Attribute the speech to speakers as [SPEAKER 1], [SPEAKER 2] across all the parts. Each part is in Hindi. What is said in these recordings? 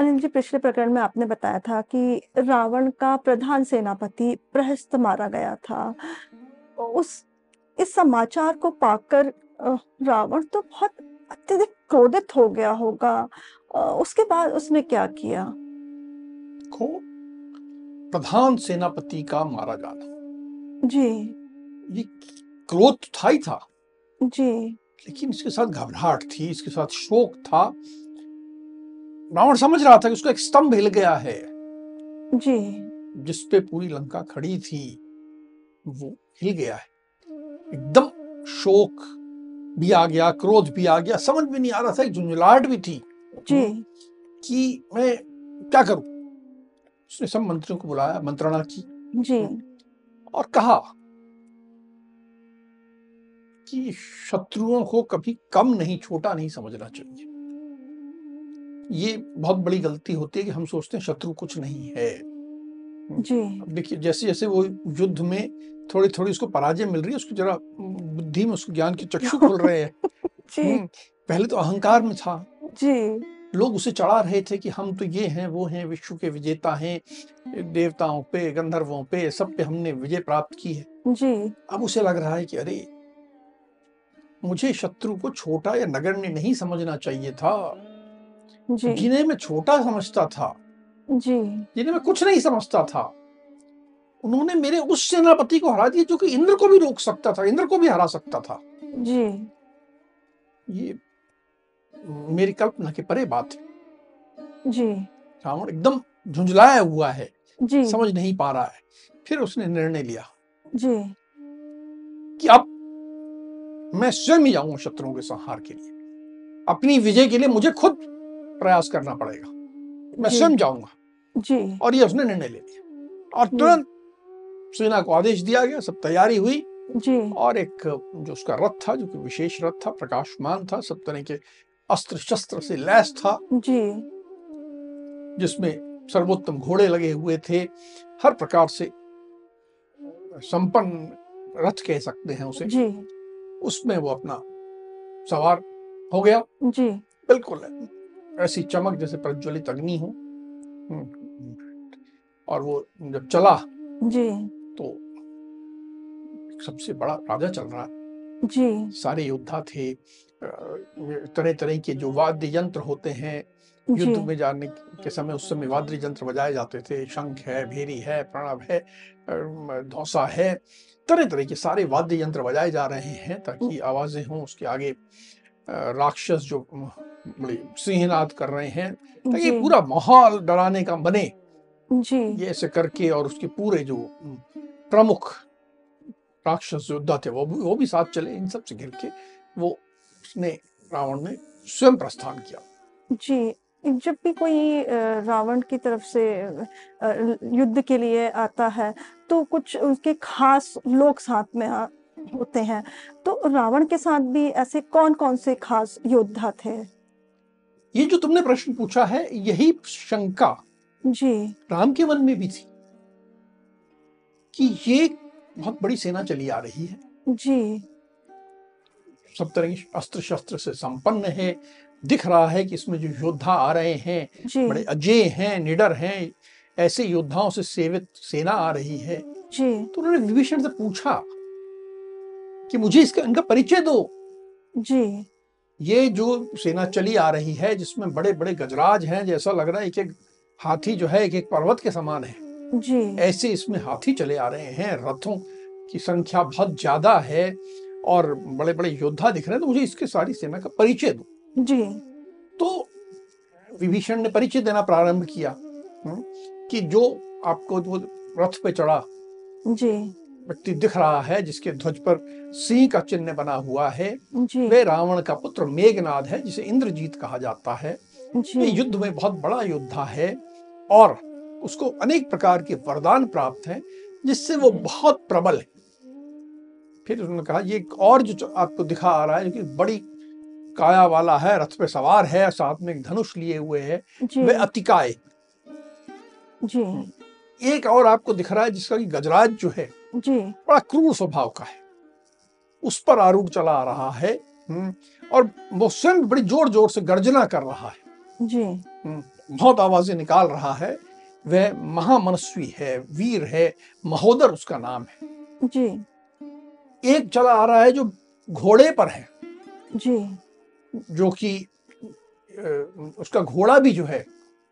[SPEAKER 1] अनिल जी पिछले प्रकरण में आपने बताया था कि रावण का प्रधान सेनापति प्रहस्त मारा गया था उस इस समाचार को पाकर अ, रावण तो बहुत अत्यधिक क्रोधित हो गया होगा अ, उसके बाद उसने क्या किया
[SPEAKER 2] को प्रधान सेनापति का मारा जाना
[SPEAKER 1] जी
[SPEAKER 2] ये क्रोध तो था ही था
[SPEAKER 1] जी
[SPEAKER 2] लेकिन इसके साथ घबराहट थी इसके साथ शोक था रावण समझ रहा था कि उसका एक स्तंभ हिल गया है
[SPEAKER 1] जी
[SPEAKER 2] जिस पे पूरी लंका खड़ी थी वो हिल गया है एकदम शोक भी आ गया क्रोध भी आ गया समझ भी नहीं आ रहा था एक झुंझुलाहट भी थी
[SPEAKER 1] जी
[SPEAKER 2] कि मैं क्या करूं उसने सब मंत्रियों को बुलाया मंत्रणा की
[SPEAKER 1] जी
[SPEAKER 2] और कहा कि शत्रुओं को कभी कम नहीं छोटा नहीं समझना चाहिए ये बहुत बड़ी गलती होती है कि हम सोचते हैं शत्रु कुछ नहीं है
[SPEAKER 1] जी
[SPEAKER 2] अब देखिए जैसे जैसे वो युद्ध में थोड़ी थोड़ी उसको पराजय मिल रही है उसको जरा बुद्धि में उसको ज्ञान के चक्षु खोल रहे हैं
[SPEAKER 1] जी
[SPEAKER 2] हम्म, पहले तो अहंकार में था
[SPEAKER 1] जी
[SPEAKER 2] लोग उसे चढ़ा रहे थे कि हम तो ये हैं वो हैं विश्व के विजेता हैं देवताओं पे गंधर्वों पे सब पे हमने विजय प्राप्त की है
[SPEAKER 1] जी
[SPEAKER 2] अब उसे लग रहा है कि अरे मुझे शत्रु को छोटा या नगण्य नहीं समझना चाहिए था
[SPEAKER 1] जी
[SPEAKER 2] जिन्हें मैं छोटा समझता था
[SPEAKER 1] जी
[SPEAKER 2] जिन्हें मैं कुछ नहीं समझता था उन्होंने मेरे उस सेनापति को हरा दिया जो कि इंद्र को भी रोक सकता था इंद्र को भी हरा सकता था
[SPEAKER 1] जी
[SPEAKER 2] ये मेरी कल्पना के परे बात है
[SPEAKER 1] जी
[SPEAKER 2] रावण एकदम झुंझलाया हुआ है
[SPEAKER 1] जी
[SPEAKER 2] समझ नहीं पा रहा है फिर उसने निर्णय लिया
[SPEAKER 1] जी
[SPEAKER 2] कि अब मैं स्वयं ही जाऊंगा शत्रुओं के संहार के लिए अपनी विजय के लिए मुझे खुद प्रयास करना पड़ेगा मैं
[SPEAKER 1] जी।
[SPEAKER 2] स्वयं जाऊंगा
[SPEAKER 1] जी
[SPEAKER 2] और ये उसने निर्णय ले लिया और
[SPEAKER 1] जी।
[SPEAKER 2] तुरंत सेना को आदेश दिया गया सब तैयारी हुई
[SPEAKER 1] जी
[SPEAKER 2] और एक जो उसका रथ था जो कि विशेष रथ था प्रकाशमान था सब तरह के अस्त्र शस्त्र से लैस था
[SPEAKER 1] जी
[SPEAKER 2] जिसमें सर्वोत्तम घोड़े लगे हुए थे हर प्रकार से संपन्न रथ कह सकते हैं उसे
[SPEAKER 1] जी
[SPEAKER 2] उसमें वो अपना सवार हो गया
[SPEAKER 1] जी
[SPEAKER 2] बिल्कुल ऐसी चमक जैसे प्रज्वलित अग्नि हो हम्म। और वो जब चला
[SPEAKER 1] जी
[SPEAKER 2] तो सबसे बड़ा राजा चल रहा है
[SPEAKER 1] जी
[SPEAKER 2] सारे योद्धा थे तरह तरह के जो वाद्य यंत्र होते हैं
[SPEAKER 1] जी
[SPEAKER 2] युद्ध में जाने के समय उस समय वाद्य यंत्र बजाए जाते थे शंख है भेरी है प्रणव है अ, धौसा है तरह तरह के सारे वाद्य यंत्र बजाए जा रहे हैं ताकि
[SPEAKER 1] हम्म।
[SPEAKER 2] आवाजें हों उसके आगे अ, राक्षस जो अम, बड़े सिंहनाद कर रहे हैं ताकि
[SPEAKER 1] जी
[SPEAKER 2] पूरा माहौल डराने का बने
[SPEAKER 1] जी
[SPEAKER 2] ये ऐसे करके और उसके पूरे जो अम, प्रमुख राक्षस योद्धा थे वो भी वो भी साथ चले इन सब से घिर के वो उसने रावण ने स्वयं प्रस्थान किया
[SPEAKER 1] जी जब भी कोई अ, रावण की तरफ से अ, युद्ध के लिए आता है तो कुछ उसके खास लोग साथ में आ, होते हैं तो रावण के साथ भी ऐसे कौन कौन से खास योद्धा थे
[SPEAKER 2] ये जो तुमने प्रश्न पूछा है यही शंका
[SPEAKER 1] जी
[SPEAKER 2] राम के मन में भी थी कि ये बहुत बड़ी सेना चली आ रही है
[SPEAKER 1] जी
[SPEAKER 2] सब तरह के अस्त्र शस्त्र से संपन्न है दिख रहा है कि इसमें जो योद्धा आ रहे हैं
[SPEAKER 1] जी
[SPEAKER 2] बड़े अजय हैं निडर हैं ऐसे योद्धाओं से सेवित सेना आ रही है
[SPEAKER 1] जी
[SPEAKER 2] तो उन्होंने विभीषण से पूछा कि मुझे इसका इनका परिचय दो
[SPEAKER 1] जी
[SPEAKER 2] ये जो सेना चली आ रही है जिसमें बड़े बड़े गजराज हैं जैसा लग रहा है एक एक हाथी जो है एक एक पर्वत के समान है
[SPEAKER 1] जी
[SPEAKER 2] ऐसे इसमें हाथी चले आ रहे हैं रथों की संख्या बहुत ज्यादा है और बड़े बड़े योद्धा दिख रहे हैं तो मुझे इसके सारी सेना का परिचय दो
[SPEAKER 1] जी
[SPEAKER 2] तो विभीषण ने परिचय देना प्रारंभ किया हम्म, कि जो आपको वो रथ पे चढ़ा
[SPEAKER 1] जी
[SPEAKER 2] व्यक्ति दिख रहा है जिसके ध्वज पर सिंह का चिन्ह बना हुआ है
[SPEAKER 1] जी
[SPEAKER 2] वे रावण का पुत्र मेघनाद है जिसे इंद्रजीत कहा जाता है ये
[SPEAKER 1] जी
[SPEAKER 2] युद्ध में बहुत बड़ा योद्धा है और उसको अनेक प्रकार के वरदान प्राप्त हैं जिससे वो बहुत प्रबल है फिर उन्होंने कहा ये एक और जो आपको दिखा आ रहा है जो कि बड़ी काया वाला है रथ पे सवार है साथ में एक धनुष लिए हुए है
[SPEAKER 1] जी
[SPEAKER 2] वे अतिकाय
[SPEAKER 1] जी
[SPEAKER 2] एक और आपको दिख रहा है जिसका कि गजराज जो है
[SPEAKER 1] जी
[SPEAKER 2] बड़ा क्रूर स्वभाव का है उस पर आरूढ़ चला आ रहा है हम्म, और वो स्वयं बड़ी जोर जोर से गर्जना कर रहा है
[SPEAKER 1] जी
[SPEAKER 2] हम्म, बहुत आवाजें निकाल रहा है वह महामनस्वी है वीर है महोदर उसका नाम है
[SPEAKER 1] जी
[SPEAKER 2] एक चला आ रहा है जो घोड़े पर है
[SPEAKER 1] जी
[SPEAKER 2] जो कि अ, उसका घोड़ा भी जो है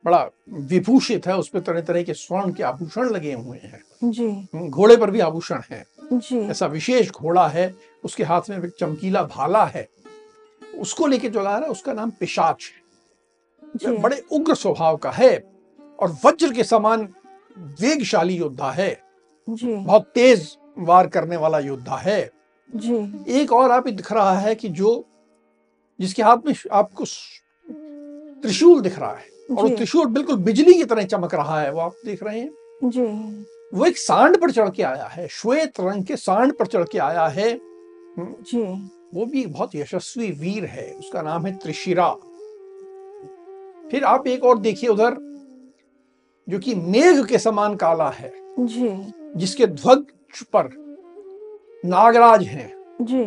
[SPEAKER 2] बड़ा विभूषित है उस पर तरह तरह के स्वर्ण के आभूषण लगे हुए हैं
[SPEAKER 1] जी
[SPEAKER 2] हम्म, घोड़े पर भी आभूषण है
[SPEAKER 1] जी
[SPEAKER 2] ऐसा विशेष घोड़ा है उसके हाथ में एक चमकीला भाला है उसको लेके जो ला रहा है उसका नाम पिशाच है
[SPEAKER 1] जी
[SPEAKER 2] वह बड़े उग्र स्वभाव का है और वज्र के समान वेगशाली योद्धा है
[SPEAKER 1] जी
[SPEAKER 2] बहुत तेज वार करने वाला योद्धा है
[SPEAKER 1] जी
[SPEAKER 2] एक और आप दिख रहा है कि जो जिसके हाथ में आपको स- त्रिशूल दिख रहा है और वो
[SPEAKER 1] जी
[SPEAKER 2] त्रिशूल बिल्कुल बिजली की तरह चमक रहा है वो आप देख रहे हैं
[SPEAKER 1] जी
[SPEAKER 2] वो एक सांड पर चढ़ के आया है श्वेत रंग के सांड पर चढ़ के आया है
[SPEAKER 1] जी
[SPEAKER 2] वो भी बहुत यशस्वी वीर है उसका नाम है त्रिशिरा फिर आप एक और देखिए उधर जो कि मेघ के समान काला है
[SPEAKER 1] जी
[SPEAKER 2] जिसके ध्वज पर नागराज हैं
[SPEAKER 1] जी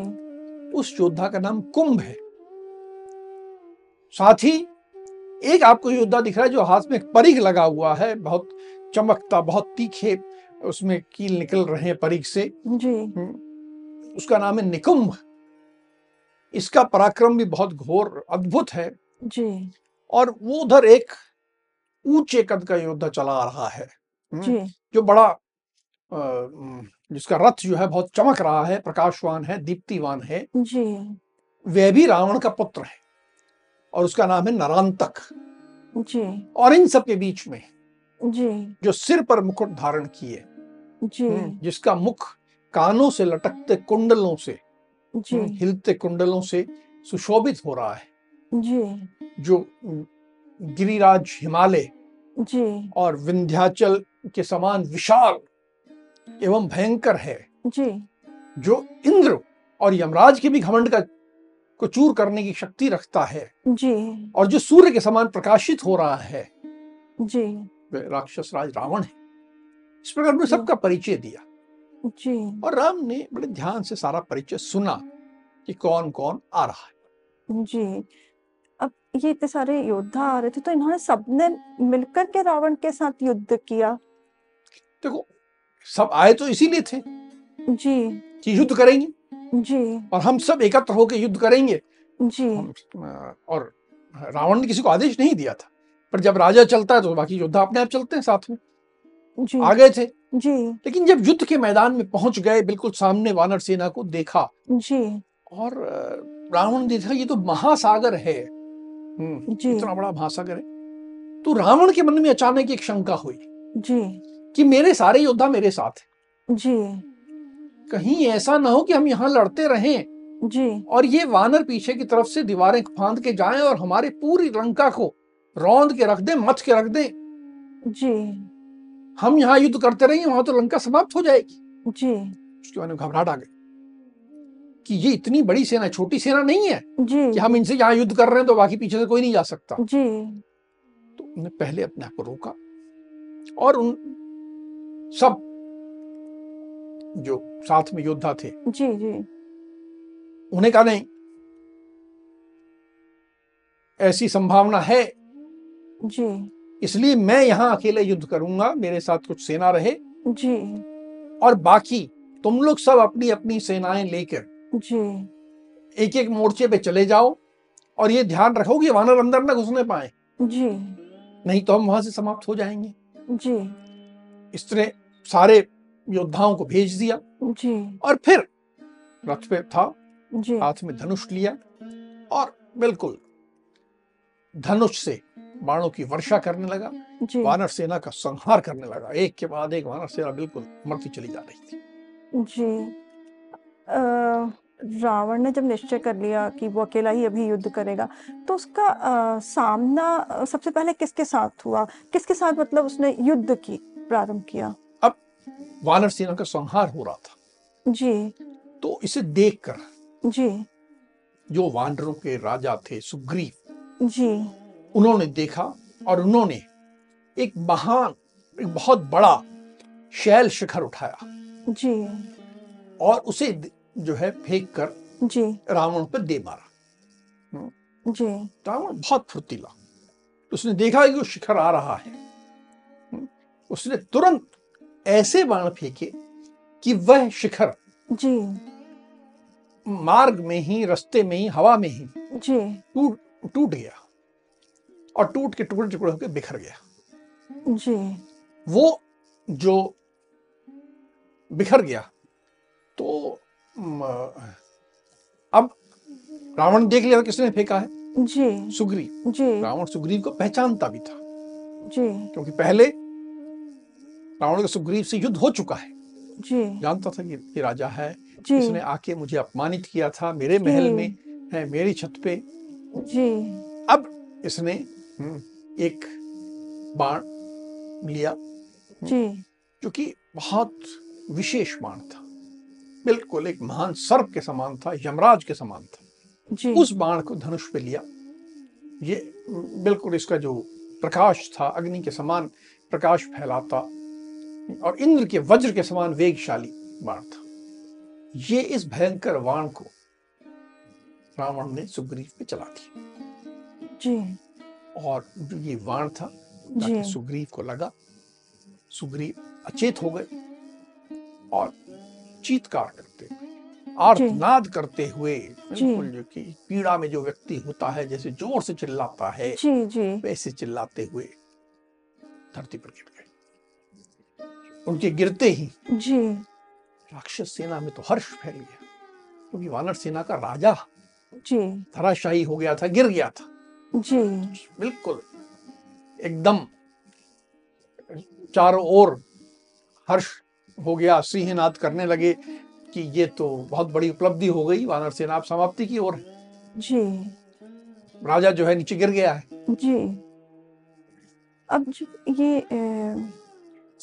[SPEAKER 2] उस योद्धा का नाम कुंभ है साथ ही एक आपको योद्धा दिख रहा है जो हाथ में एक परिग लगा हुआ है बहुत चमकता बहुत तीखे उसमें कील निकल रहे हैं परिग से
[SPEAKER 1] जी
[SPEAKER 2] उसका नाम है निकुंभ इसका पराक्रम भी बहुत घोर अद्भुत है
[SPEAKER 1] जी
[SPEAKER 2] और वो उधर एक ऊंचे कद का योद्धा चला आ रहा है हम्म,
[SPEAKER 1] जी
[SPEAKER 2] जो बड़ा अ, उम, जिसका रथ जो है बहुत चमक रहा है प्रकाशवान है दीप्तिवान है
[SPEAKER 1] जी
[SPEAKER 2] वह भी रावण का पुत्र है और उसका नाम है नरांतक हम्म।
[SPEAKER 1] जी
[SPEAKER 2] और इन सब के बीच में
[SPEAKER 1] जी
[SPEAKER 2] जो सिर पर मुकुट धारण किए
[SPEAKER 1] जी
[SPEAKER 2] हम्म, जिसका मुख कानों से लटकते कुंडलों से
[SPEAKER 1] जी
[SPEAKER 2] हम्म, हिलते कुंडलों से सुशोभित हो रहा है
[SPEAKER 1] जी
[SPEAKER 2] जो उम, गिरिराज हिमालय
[SPEAKER 1] जी
[SPEAKER 2] और विंध्याचल के समान विशाल एवं भयंकर है
[SPEAKER 1] जी
[SPEAKER 2] जो इंद्र और यमराज के भी घमंड का को चूर करने की शक्ति रखता है
[SPEAKER 1] जी
[SPEAKER 2] और जो सूर्य के समान प्रकाशित हो रहा है
[SPEAKER 1] जी
[SPEAKER 2] वह राक्षस राज रावण है इस प्रकार उन्होंने सबका परिचय दिया
[SPEAKER 1] जी
[SPEAKER 2] और राम ने बड़े ध्यान से सारा परिचय सुना कि कौन कौन आ रहा है
[SPEAKER 1] जी अब ये इतने सारे योद्धा आ रहे थे तो इन्होंने सबने मिलकर के रावण के साथ युद्ध किया
[SPEAKER 2] देखो सब आए तो इसीलिए थे
[SPEAKER 1] जी
[SPEAKER 2] कि युद्ध करेंगे
[SPEAKER 1] जी
[SPEAKER 2] और हम सब एकत्र होकर युद्ध करेंगे
[SPEAKER 1] जी
[SPEAKER 2] हम अ, और रावण ने किसी को आदेश नहीं दिया था पर जब राजा चलता है तो बाकी योद्धा अपने आप चलते हैं साथ में
[SPEAKER 1] जी
[SPEAKER 2] आ गए थे
[SPEAKER 1] जी
[SPEAKER 2] लेकिन जब युद्ध के मैदान में पहुंच गए बिल्कुल सामने वानर सेना को देखा
[SPEAKER 1] जी
[SPEAKER 2] और अ, रावण ने देखा ये तो महासागर है हम्म,
[SPEAKER 1] जी
[SPEAKER 2] इतना बड़ा महासागर है तो रावण के मन में अचानक एक शंका हुई
[SPEAKER 1] जी
[SPEAKER 2] कि मेरे सारे योद्धा मेरे साथ हैं
[SPEAKER 1] जी
[SPEAKER 2] कहीं ऐसा ना हो कि हम यहाँ लड़ते रहें
[SPEAKER 1] जी
[SPEAKER 2] और ये वानर पीछे की तरफ से दीवारें फांद के जाएं और हमारे पूरी लंका को रौंद के रख दें मच के रख दें
[SPEAKER 1] जी
[SPEAKER 2] हम यहाँ युद्ध करते रहेंगे वहां तो लंका समाप्त हो जाएगी
[SPEAKER 1] जी
[SPEAKER 2] उसके बाद में घबराहट आ गई कि ये इतनी बड़ी सेना छोटी सेना नहीं है
[SPEAKER 1] जी
[SPEAKER 2] कि हम इनसे यहाँ युद्ध कर रहे हैं तो बाकी पीछे से कोई नहीं जा सकता
[SPEAKER 1] जी
[SPEAKER 2] तो उन्होंने पहले अपने आप को रोका और उन सब जो साथ में योद्धा थे
[SPEAKER 1] जी जी
[SPEAKER 2] उन्हें कहा नहीं ऐसी संभावना है
[SPEAKER 1] जी
[SPEAKER 2] इसलिए मैं यहाँ अकेले युद्ध करूंगा मेरे साथ कुछ सेना रहे
[SPEAKER 1] जी
[SPEAKER 2] और बाकी तुम लोग सब अपनी अपनी सेनाएं लेकर
[SPEAKER 1] जी
[SPEAKER 2] एक एक मोर्चे पे चले जाओ और ये ध्यान रखो कि वानर अंदर ना घुसने पाए
[SPEAKER 1] जी
[SPEAKER 2] नहीं तो हम वहां से समाप्त हो जाएंगे
[SPEAKER 1] जी
[SPEAKER 2] इसने सारे योद्धाओं को भेज दिया
[SPEAKER 1] जी
[SPEAKER 2] और फिर रथ पे था
[SPEAKER 1] जी
[SPEAKER 2] हाथ में धनुष लिया और बिल्कुल धनुष से बाणों की वर्षा करने लगा
[SPEAKER 1] जी
[SPEAKER 2] वानर सेना का संहार करने लगा एक के बाद एक वानर सेना बिल्कुल मरती चली जा रही थी
[SPEAKER 1] जी अ, रावण ने जब निश्चय कर लिया कि वो अकेला ही अभी युद्ध करेगा तो उसका अ, सामना अ, सबसे पहले किसके साथ हुआ किसके साथ मतलब उसने युद्ध की प्रारंभ किया
[SPEAKER 2] वानर सेना का संहार हो रहा था
[SPEAKER 1] जी
[SPEAKER 2] तो इसे देखकर
[SPEAKER 1] जी
[SPEAKER 2] जो वानरों के राजा थे सुग्रीव
[SPEAKER 1] जी
[SPEAKER 2] उन्होंने देखा और उन्होंने एक महान एक बहुत बड़ा शैल शिखर उठाया
[SPEAKER 1] जी
[SPEAKER 2] और उसे द- जो है फेंक कर
[SPEAKER 1] जी
[SPEAKER 2] रावण पर दे मारा
[SPEAKER 1] जी
[SPEAKER 2] रावण बहुत फुर्तीला उसने देखा कि वो शिखर आ रहा है उसने तुरंत ऐसे बाण फेंके कि वह शिखर
[SPEAKER 1] जी
[SPEAKER 2] मार्ग में ही रास्ते में ही हवा में ही
[SPEAKER 1] जी
[SPEAKER 2] टूट टूट गया और टूट के टुकड़े टुकड़े होकर बिखर गया
[SPEAKER 1] जी
[SPEAKER 2] वो जो बिखर गया तो म, अब रावण देख लिया किसने फेंका है
[SPEAKER 1] जी
[SPEAKER 2] सुग्रीव
[SPEAKER 1] जी
[SPEAKER 2] रावण सुग्रीव को पहचानता भी था
[SPEAKER 1] जी
[SPEAKER 2] क्योंकि पहले रावण का सुग्रीव से युद्ध हो चुका है
[SPEAKER 1] जी
[SPEAKER 2] जानता था कि ये राजा है
[SPEAKER 1] जी
[SPEAKER 2] इसने आके मुझे अपमानित किया था मेरे महल में है मेरी छत पे
[SPEAKER 1] जी
[SPEAKER 2] अब इसने हम्म, एक बाण लिया
[SPEAKER 1] जी
[SPEAKER 2] जो कि बहुत विशेष बाण था बिल्कुल एक महान सर्प के समान था यमराज के समान था
[SPEAKER 1] जी
[SPEAKER 2] उस बाण को धनुष पे लिया ये हम्म, बिल्कुल इसका जो प्रकाश था अग्नि के समान प्रकाश फैलाता और इंद्र के वज्र के समान वेगशाली बाण था ये इस भयंकर बाण को रावण ने सुग्रीव पे चला दिया
[SPEAKER 1] जी
[SPEAKER 2] और जो ये वाण था
[SPEAKER 1] जी।
[SPEAKER 2] जाके सुग्रीव को लगा सुग्रीव अचेत हो गए और चीतकार करते हुए आर्तनाद करते हुए बिल्कुल जो कि पीड़ा में जो व्यक्ति होता है जैसे जोर से चिल्लाता है
[SPEAKER 1] जी जी
[SPEAKER 2] वैसे चिल्लाते हुए धरती पर गिर गए उनके गिरते ही
[SPEAKER 1] जी
[SPEAKER 2] राक्षस सेना में तो हर्ष फैल गया क्योंकि वानर सेना का राजा
[SPEAKER 1] जी
[SPEAKER 2] धराशाही हो गया था गिर गया था
[SPEAKER 1] जी
[SPEAKER 2] बिल्कुल एकदम चारों ओर हर्ष हो गया सिंहनाद करने लगे कि ये तो बहुत बड़ी उपलब्धि हो गई वानर सेना अब समाप्ति की ओर है।
[SPEAKER 1] जी
[SPEAKER 2] राजा जो है नीचे गिर गया है
[SPEAKER 1] जी अब जब ये अ,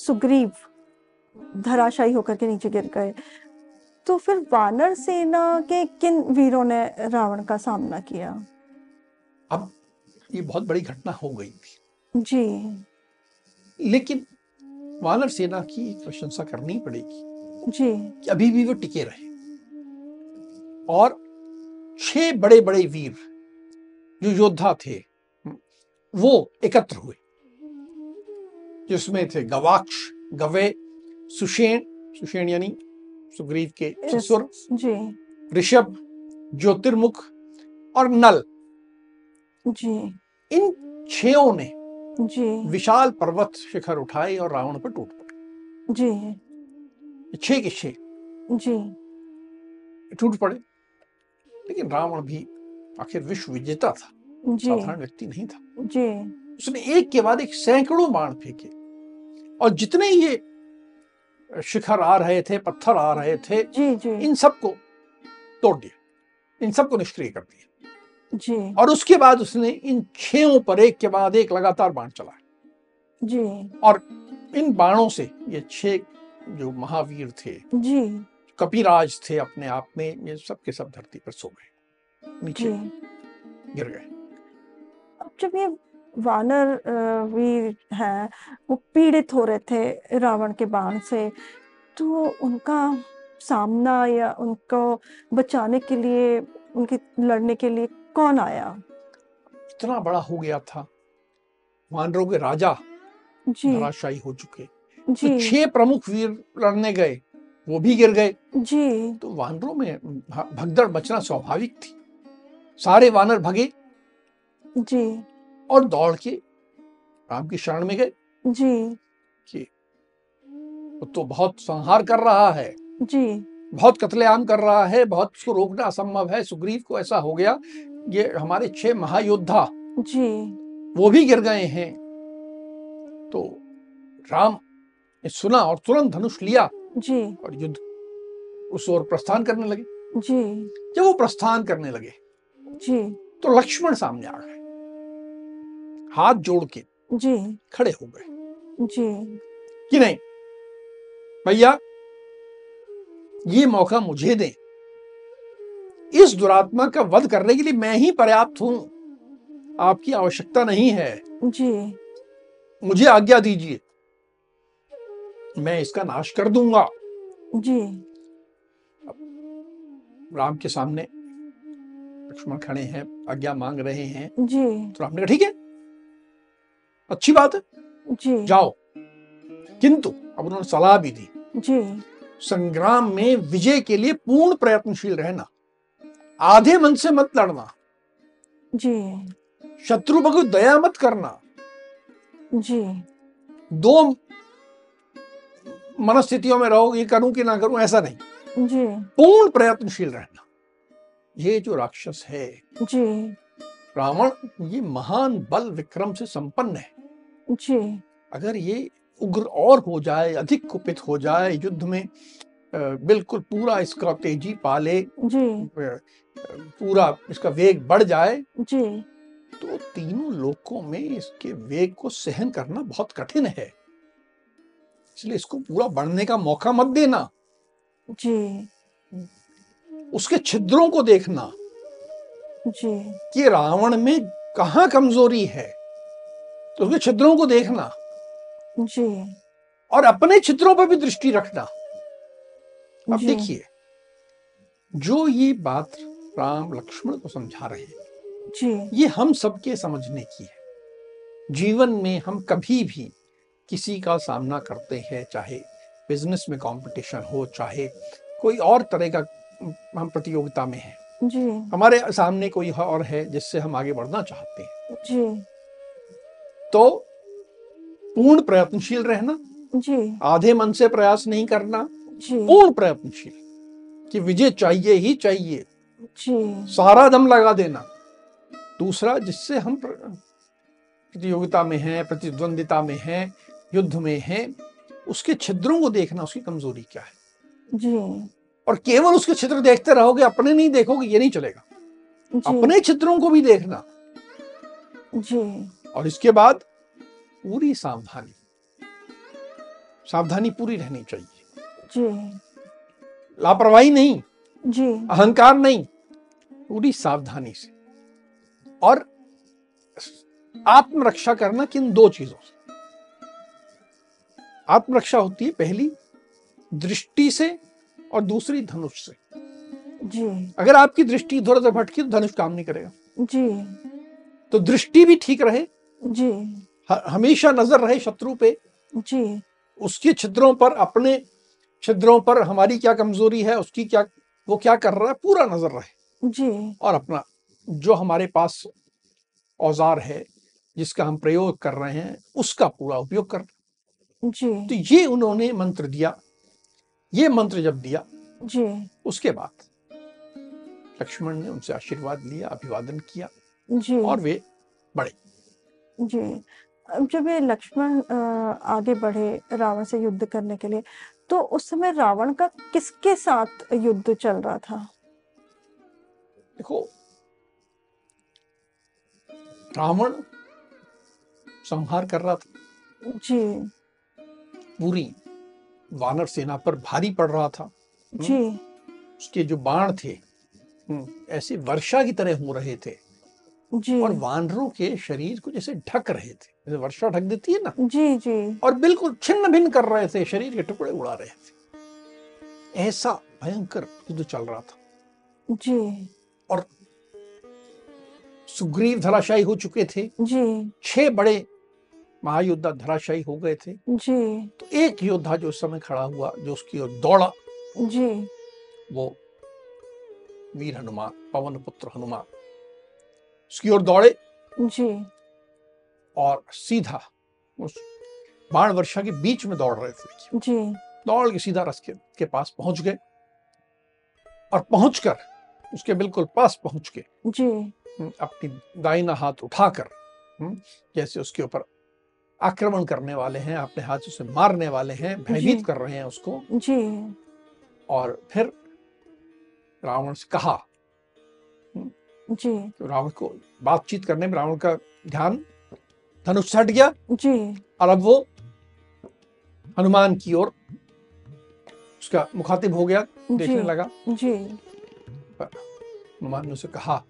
[SPEAKER 1] सुग्रीव धराशायी होकर के नीचे गिर गए तो फिर वानर सेना के किन वीरों ने रावण का सामना किया
[SPEAKER 2] अब ये बहुत बड़ी घटना हो गई थी
[SPEAKER 1] जी
[SPEAKER 2] लेकिन वानर सेना की प्रशंसा करनी पड़ेगी
[SPEAKER 1] जी
[SPEAKER 2] कि अभी भी वो टिके रहे और छह बड़े बड़े वीर जो योद्धा थे वो एकत्र हुए जिसमें थे गवाक्ष गवे सुषेण सुषेण यानी सुग्रीव के ससुर
[SPEAKER 1] जी
[SPEAKER 2] ऋषभ ज्योतिर्मुख और नल
[SPEAKER 1] जी
[SPEAKER 2] इन छयों ने
[SPEAKER 1] जी
[SPEAKER 2] विशाल पर्वत शिखर उठाए और रावण पर टूट पड़े
[SPEAKER 1] जी
[SPEAKER 2] ये छह के छह
[SPEAKER 1] जी
[SPEAKER 2] टूट पड़े लेकिन रावण भी आखिर विश्व विजेता था
[SPEAKER 1] जी
[SPEAKER 2] साधारण व्यक्ति नहीं था
[SPEAKER 1] जी
[SPEAKER 2] उसने एक के बाद एक सैकड़ों बाण फेंके और जितने ये शिखर आ रहे थे पत्थर आ रहे थे
[SPEAKER 1] जी जी
[SPEAKER 2] इन सबको तोड़ दिया इन सबको निष्क्रिय कर दिया
[SPEAKER 1] जी
[SPEAKER 2] और उसके बाद उसने इन छयों पर एक के बाद एक लगातार बाण चलाए
[SPEAKER 1] जी
[SPEAKER 2] इन बाणों से ये छह जो महावीर थे
[SPEAKER 1] जी
[SPEAKER 2] कपिराज थे अपने आप में ये सब के सब धरती पर सो गए नीचे
[SPEAKER 1] जी
[SPEAKER 2] गिर गए
[SPEAKER 1] अब जब ये वानर अ, वीर हैं वो पीड़ित हो रहे थे रावण के बाण से तो उनका सामना या उनको बचाने के लिए उनके लड़ने के लिए कौन आया
[SPEAKER 2] इतना बड़ा हो गया था वानरों के राजा
[SPEAKER 1] जी
[SPEAKER 2] धराशायी हो चुके तो
[SPEAKER 1] जी
[SPEAKER 2] छह प्रमुख वीर लड़ने गए वो भी गिर गए
[SPEAKER 1] जी
[SPEAKER 2] तो वानरों में भ- भगदड़ मचना स्वाभाविक थी सारे वानर भगे
[SPEAKER 1] जी
[SPEAKER 2] और दौड़ के राम की शरण में गए
[SPEAKER 1] जी
[SPEAKER 2] वो तो बहुत संहार कर रहा है
[SPEAKER 1] जी
[SPEAKER 2] बहुत कत्लेआम कर रहा है बहुत उसको रोकना असंभव है सुग्रीव को ऐसा हो गया ये हमारे छह महायोद्धा
[SPEAKER 1] जी
[SPEAKER 2] वो भी गिर गए हैं तो राम ने सुना और तुरंत धनुष लिया
[SPEAKER 1] जी
[SPEAKER 2] और युद्ध उस ओर प्रस्थान करने लगे
[SPEAKER 1] जी
[SPEAKER 2] जब वो प्रस्थान करने लगे
[SPEAKER 1] जी
[SPEAKER 2] तो लक्ष्मण सामने आ गए हाथ जोड़ के
[SPEAKER 1] जी
[SPEAKER 2] खड़े हो गए
[SPEAKER 1] जी
[SPEAKER 2] कि नहीं भैया ये मौका मुझे दें इस दुरात्मा का वध करने के लिए मैं ही पर्याप्त हूं आपकी आवश्यकता नहीं है
[SPEAKER 1] जी
[SPEAKER 2] मुझे आज्ञा दीजिए मैं इसका नाश कर दूंगा
[SPEAKER 1] जी
[SPEAKER 2] राम के सामने लक्ष्मण खड़े हैं आज्ञा मांग रहे हैं
[SPEAKER 1] जी
[SPEAKER 2] तो राम ने कहा ठीक है अच्छी बात है
[SPEAKER 1] जी
[SPEAKER 2] जाओ किंतु अब उन्होंने सलाह भी दी
[SPEAKER 1] जी
[SPEAKER 2] संग्राम में विजय के लिए पूर्ण प्रयत्नशील रहना आधे मन से मत लड़ना
[SPEAKER 1] जी
[SPEAKER 2] शत्रु पर कोई दया मत करना
[SPEAKER 1] जी
[SPEAKER 2] दो मनस्थितियों में रहो ये करूं कि ना करूं ऐसा नहीं
[SPEAKER 1] जी
[SPEAKER 2] पूर्ण प्रयत्नशील रहना ये जो राक्षस है
[SPEAKER 1] जी
[SPEAKER 2] रावण ये महान बल विक्रम से संपन्न है
[SPEAKER 1] जी
[SPEAKER 2] अगर ये उग्र और हो जाए अधिक कुपित हो जाए युद्ध में अ, बिल्कुल पूरा इसका तेजी पाले अ,
[SPEAKER 1] जी
[SPEAKER 2] अ, पूरा इसका वेग बढ़ जाए
[SPEAKER 1] जी
[SPEAKER 2] तो तीनों लोकों में इसके वेग को सहन करना बहुत कठिन है इसलिए इसको पूरा बढ़ने का मौका मत देना
[SPEAKER 1] जी
[SPEAKER 2] उसके छिद्रों को देखना
[SPEAKER 1] जी
[SPEAKER 2] कि रावण में कहाँ कमजोरी है तो उसके छिद्रों को देखना
[SPEAKER 1] जी
[SPEAKER 2] और अपने छिद्रों पर भी दृष्टि रखना अब
[SPEAKER 1] जी
[SPEAKER 2] देखिए जो ये बात राम लक्ष्मण को समझा रहे हैं
[SPEAKER 1] जी
[SPEAKER 2] ये हम सबके समझने की है जीवन में हम कभी भी किसी का सामना करते हैं चाहे बिजनेस में कंपटीशन हो चाहे कोई और तरह का अम, हम प्रतियोगिता में हैं
[SPEAKER 1] जी
[SPEAKER 2] हमारे सामने कोई और है जिससे हम आगे बढ़ना चाहते हैं
[SPEAKER 1] जी
[SPEAKER 2] तो पूर्ण प्रयत्नशील रहना
[SPEAKER 1] जी
[SPEAKER 2] आधे मन से प्रयास नहीं करना
[SPEAKER 1] जी
[SPEAKER 2] पूर्ण प्रयत्नशील कि विजय चाहिए ही चाहिए
[SPEAKER 1] जी
[SPEAKER 2] सारा दम लगा देना दूसरा जिससे हम प्र- प्रतियोगिता में हैं प्रतिद्वंदिता में हैं युद्ध में हैं उसके छिद्रों को देखना उसकी कमजोरी क्या है
[SPEAKER 1] जी
[SPEAKER 2] और केवल उसके छिद्र देखते रहोगे अपने नहीं देखोगे ये नहीं चलेगा
[SPEAKER 1] जी
[SPEAKER 2] अपने छिद्रों को भी देखना
[SPEAKER 1] जी
[SPEAKER 2] और इसके बाद पूरी सावधानी सावधानी पूरी रहनी चाहिए
[SPEAKER 1] जी
[SPEAKER 2] लापरवाही नहीं
[SPEAKER 1] जी
[SPEAKER 2] अहंकार नहीं पूरी सावधानी से और आत्मरक्षा करना किन दो चीजों से आत्मरक्षा होती है पहली दृष्टि से और दूसरी धनुष से
[SPEAKER 1] जी
[SPEAKER 2] अगर आपकी दृष्टि इधर उधर भटकी तो धनुष काम नहीं करेगा
[SPEAKER 1] जी
[SPEAKER 2] तो दृष्टि भी ठीक रहे
[SPEAKER 1] जी
[SPEAKER 2] ह- हमेशा नजर रहे शत्रु पे
[SPEAKER 1] जी
[SPEAKER 2] उसके छिद्रों पर अपने छिद्रों पर हमारी क्या कमजोरी है उसकी क्या वो क्या कर रहा है पूरा नजर रहे
[SPEAKER 1] जी
[SPEAKER 2] और अपना जो हमारे पास औजार है जिसका हम प्रयोग कर रहे हैं उसका पूरा उपयोग कर
[SPEAKER 1] जी
[SPEAKER 2] तो ये उन्होंने मंत्र दिया ये मंत्र जब दिया
[SPEAKER 1] जी
[SPEAKER 2] उसके बाद लक्ष्मण ने उनसे आशीर्वाद लिया अभिवादन किया
[SPEAKER 1] जी
[SPEAKER 2] और वे
[SPEAKER 1] जी अब जब ये लक्ष्मण अ, आगे बढ़े रावण से युद्ध करने के लिए तो उस समय रावण का किसके साथ युद्ध चल रहा था
[SPEAKER 2] देखो रावण संहार कर रहा था
[SPEAKER 1] जी
[SPEAKER 2] हम्म। पूरी वानर सेना पर भारी पड़ रहा था
[SPEAKER 1] जी
[SPEAKER 2] उसके जो बाण थे हम्म, ऐसे वर्षा की तरह हो रहे थे
[SPEAKER 1] जी
[SPEAKER 2] और वानरों के शरीर को जैसे ढक रहे थे जैसे वर्षा ढक देती है ना
[SPEAKER 1] जी जी
[SPEAKER 2] और बिल्कुल छिन्न भिन्न कर रहे थे शरीर के टुकड़े उड़ा रहे थे ऐसा भयंकर युद्ध चल रहा था
[SPEAKER 1] जी
[SPEAKER 2] सुग्रीव धराशायी हो चुके थे
[SPEAKER 1] जी
[SPEAKER 2] छह बड़े महायोद्धा धराशायी हो गए थे
[SPEAKER 1] जी
[SPEAKER 2] तो एक योद्धा जो उस समय खड़ा हुआ जो उसकी ओर दौड़ा
[SPEAKER 1] जी
[SPEAKER 2] वो वीर हनुमान पवन पुत्र हनुमान उसकी ओर दौड़े
[SPEAKER 1] जी
[SPEAKER 2] और सीधा उस बाण वर्षा के बीच में दौड़ रहे थे
[SPEAKER 1] जी
[SPEAKER 2] दौड़ के सीधा रस के, के पास पहुंच गए और पहुंचकर उसके बिल्कुल पास पहुंच के
[SPEAKER 1] जी
[SPEAKER 2] हम्म, अपनी दाहिना हाथ उठाकर हम्म, जैसे उसके ऊपर आक्रमण करने वाले हैं अपने हाथ उसे मारने वाले हैं भयभीत
[SPEAKER 1] जी।
[SPEAKER 2] कर रहे हैं उसको
[SPEAKER 1] जी
[SPEAKER 2] और फिर रावण से कहा
[SPEAKER 1] जी
[SPEAKER 2] तो रावण को बातचीत करने में रावण का ध्यान धनुष से हट गया
[SPEAKER 1] जी
[SPEAKER 2] और अब वो हनुमान की ओर उसका मुखातिब हो गया देखने
[SPEAKER 1] जी
[SPEAKER 2] लगा
[SPEAKER 1] जी
[SPEAKER 2] हनुमान ने उसे कहा हाँ।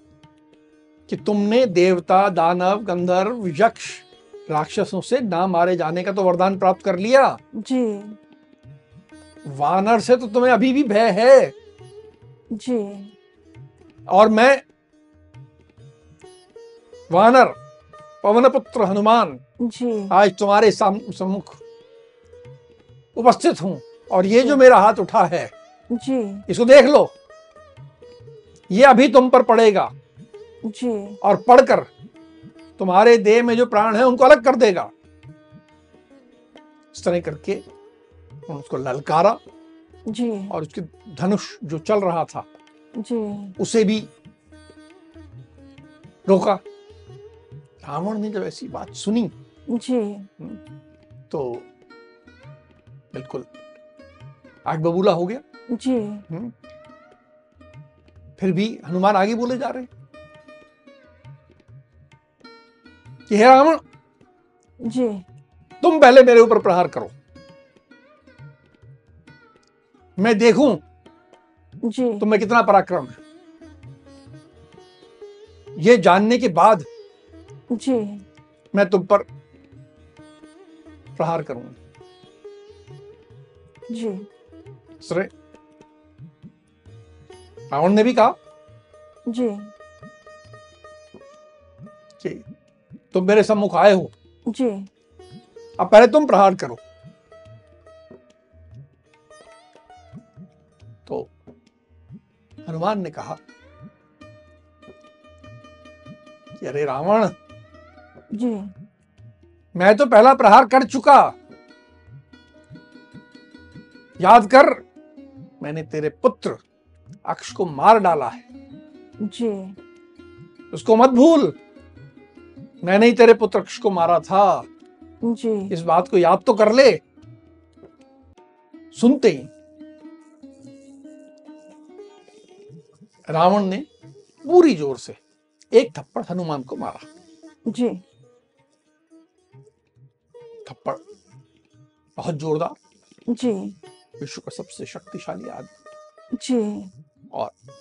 [SPEAKER 2] कि तुमने देवता दानव गंधर्व यक्ष राक्षसों से ना मारे जाने का तो वरदान प्राप्त कर लिया
[SPEAKER 1] जी
[SPEAKER 2] वानर से तो तुम्हें अभी भी भय है
[SPEAKER 1] जी
[SPEAKER 2] और मैं वानर पवनपुत्र हनुमान
[SPEAKER 1] जी
[SPEAKER 2] आज तुम्हारे साम- सम्मुख उपस्थित हूं और ये जो मेरा हाथ उठा है
[SPEAKER 1] जी
[SPEAKER 2] इसको देख लो ये अभी तुम पर पड़ेगा
[SPEAKER 1] जी
[SPEAKER 2] और पढ़कर तुम्हारे देह में जो प्राण है उनको अलग कर देगा इस तरह करके उन्होंने उसको ललकारा
[SPEAKER 1] जी
[SPEAKER 2] और उसके धनुष जो चल रहा था
[SPEAKER 1] जी
[SPEAKER 2] उसे भी रोका रावण ने जब ऐसी बात सुनी
[SPEAKER 1] जी
[SPEAKER 2] तो बिल्कुल आग बबूला हो गया
[SPEAKER 1] जी
[SPEAKER 2] फिर भी हनुमान आगे बोले जा रहे हैं कि हे रावण
[SPEAKER 1] जी
[SPEAKER 2] तुम पहले मेरे ऊपर प्रहार करो मैं देखूं
[SPEAKER 1] जी
[SPEAKER 2] तुम में कितना पराक्रम है ये जानने के बाद
[SPEAKER 1] जी
[SPEAKER 2] मैं तुम पर प्रहार करूंगा
[SPEAKER 1] जी
[SPEAKER 2] श्रेय रावण ने भी कहा
[SPEAKER 1] जी
[SPEAKER 2] कि तुम मेरे सम्मुख आए हो
[SPEAKER 1] जी
[SPEAKER 2] अब पहले तुम प्रहार करो तो हनुमान ने कहा कि अरे रावण
[SPEAKER 1] जी
[SPEAKER 2] मैं तो पहला प्रहार कर चुका याद कर मैंने तेरे पुत्र अक्ष को मार डाला है
[SPEAKER 1] जी
[SPEAKER 2] उसको मत भूल मैंने ही तेरे पुत्र अक्ष को मारा था
[SPEAKER 1] जी
[SPEAKER 2] इस बात को याद तो कर ले सुनते ही रावण ने पूरी जोर से एक थप्पड़ हनुमान को मारा
[SPEAKER 1] जी
[SPEAKER 2] थप्पड़ बहुत जोरदार
[SPEAKER 1] जी
[SPEAKER 2] विश्व का सबसे शक्तिशाली आदमी
[SPEAKER 1] जी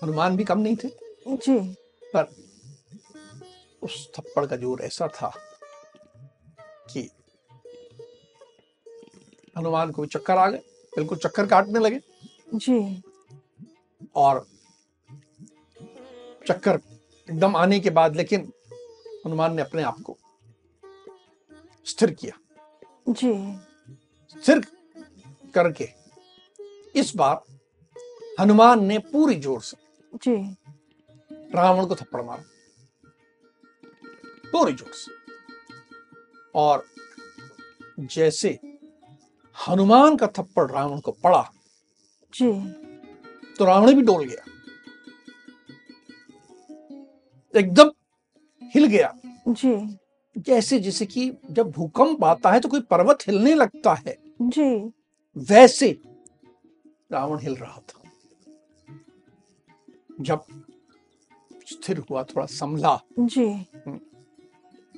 [SPEAKER 2] हनुमान भी कम नहीं थे
[SPEAKER 1] जी
[SPEAKER 2] उस थप्पड़ का जोर ऐसा था कि हनुमान को भी चक्कर आ गए बिल्कुल चक्कर काटने लगे
[SPEAKER 1] जी
[SPEAKER 2] और चक्कर एकदम आने के बाद लेकिन हनुमान ने अपने आप को स्थिर किया
[SPEAKER 1] जी
[SPEAKER 2] स्थिर करके इस बार हनुमान ने पूरी जोर से
[SPEAKER 1] जी
[SPEAKER 2] रावण को थप्पड़ मारा पूरी जोर से और जैसे हनुमान का थप्पड़ रावण को पड़ा
[SPEAKER 1] जी
[SPEAKER 2] तो रावण भी डोल गया एकदम हिल गया
[SPEAKER 1] जी
[SPEAKER 2] जैसे जैसे कि जब भूकंप आता है तो कोई पर्वत हिलने लगता है
[SPEAKER 1] जी
[SPEAKER 2] वैसे रावण हिल रहा था जब स्थिर हुआ थोड़ा संभला
[SPEAKER 1] जी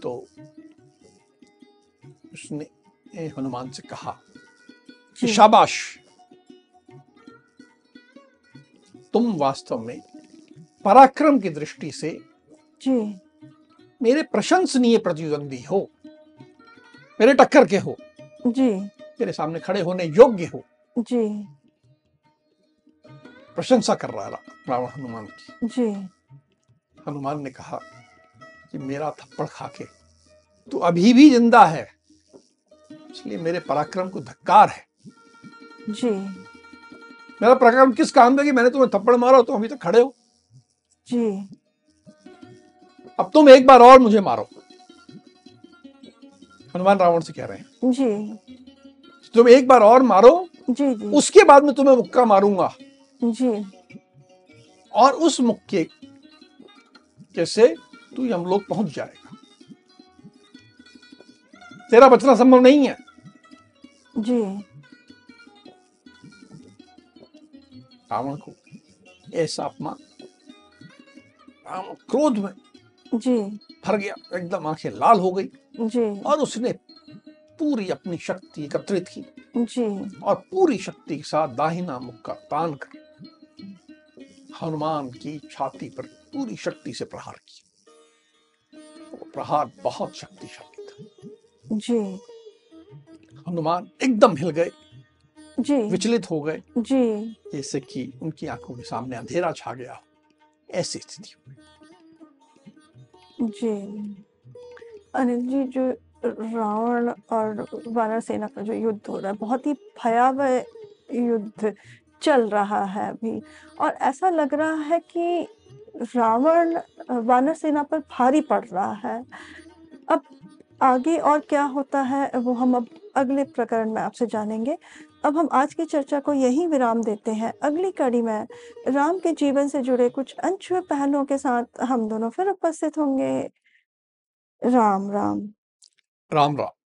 [SPEAKER 2] तो उसने ए, हनुमान से कहा कि
[SPEAKER 1] जी
[SPEAKER 2] शाबाश तुम वास्तव में पराक्रम की दृष्टि से
[SPEAKER 1] जी
[SPEAKER 2] मेरे प्रशंसनीय प्रतिद्वंदी हो मेरे टक्कर के हो
[SPEAKER 1] जी
[SPEAKER 2] मेरे सामने खड़े होने योग्य हो
[SPEAKER 1] जी
[SPEAKER 2] प्रशंसा कर रहा रा- रावण हनुमान की
[SPEAKER 1] जी
[SPEAKER 2] हनुमान ने कहा कि मेरा थप्पड़ खा के तू अभी भी जिंदा है इसलिए मेरे पराक्रम को धिक्कार है
[SPEAKER 1] जी
[SPEAKER 2] मेरा पराक्रम किस काम का कि मैंने तुम्हें थप्पड़ मारा हो तुम अभी तक खड़े हो
[SPEAKER 1] जी
[SPEAKER 2] अब तुम एक बार और मुझे मारो हनुमान रावण से कह रहे हैं
[SPEAKER 1] जी
[SPEAKER 2] तुम एक बार और मारो
[SPEAKER 1] जी जी
[SPEAKER 2] उसके बाद में तुम्हें मुक्का मारूंगा
[SPEAKER 1] जी
[SPEAKER 2] और उस मुक्के कैसे तू हम लोग पहुंच जाएगा तेरा बचना संभव नहीं है
[SPEAKER 1] जी
[SPEAKER 2] रावण को ऐसा अपमान राम क्रोध में
[SPEAKER 1] जी
[SPEAKER 2] भर गया एकदम आंखें लाल हो गई
[SPEAKER 1] जी
[SPEAKER 2] और उसने पूरी अपनी शक्ति एकत्रित की
[SPEAKER 1] जी
[SPEAKER 2] और पूरी शक्ति के साथ दाहिना मुक्का तान कर हनुमान की छाती पर पूरी शक्ति से प्रहार किया वो प्रहार बहुत शक्तिशाली था
[SPEAKER 1] जी
[SPEAKER 2] हनुमान एकदम हिल गए
[SPEAKER 1] जी
[SPEAKER 2] विचलित हो गए
[SPEAKER 1] जी
[SPEAKER 2] जैसे कि उनकी आंखों के सामने अंधेरा छा गया हो ऐसी स्थिति हो गई।
[SPEAKER 1] जी अनिल जी जो रावण और वानर सेना का जो युद्ध हो रहा है बहुत ही भयावह युद्ध चल रहा है अभी और ऐसा लग रहा है कि रावण वानर सेना पर भारी पड़ रहा है अब आगे और क्या होता है वो हम अब अगले प्रकरण में आपसे जानेंगे अब हम आज की चर्चा को यहीं विराम देते हैं अगली कड़ी में राम के जीवन से जुड़े कुछ अनछुए पहलुओं के साथ हम दोनों फिर उपस्थित होंगे राम राम
[SPEAKER 2] राम राम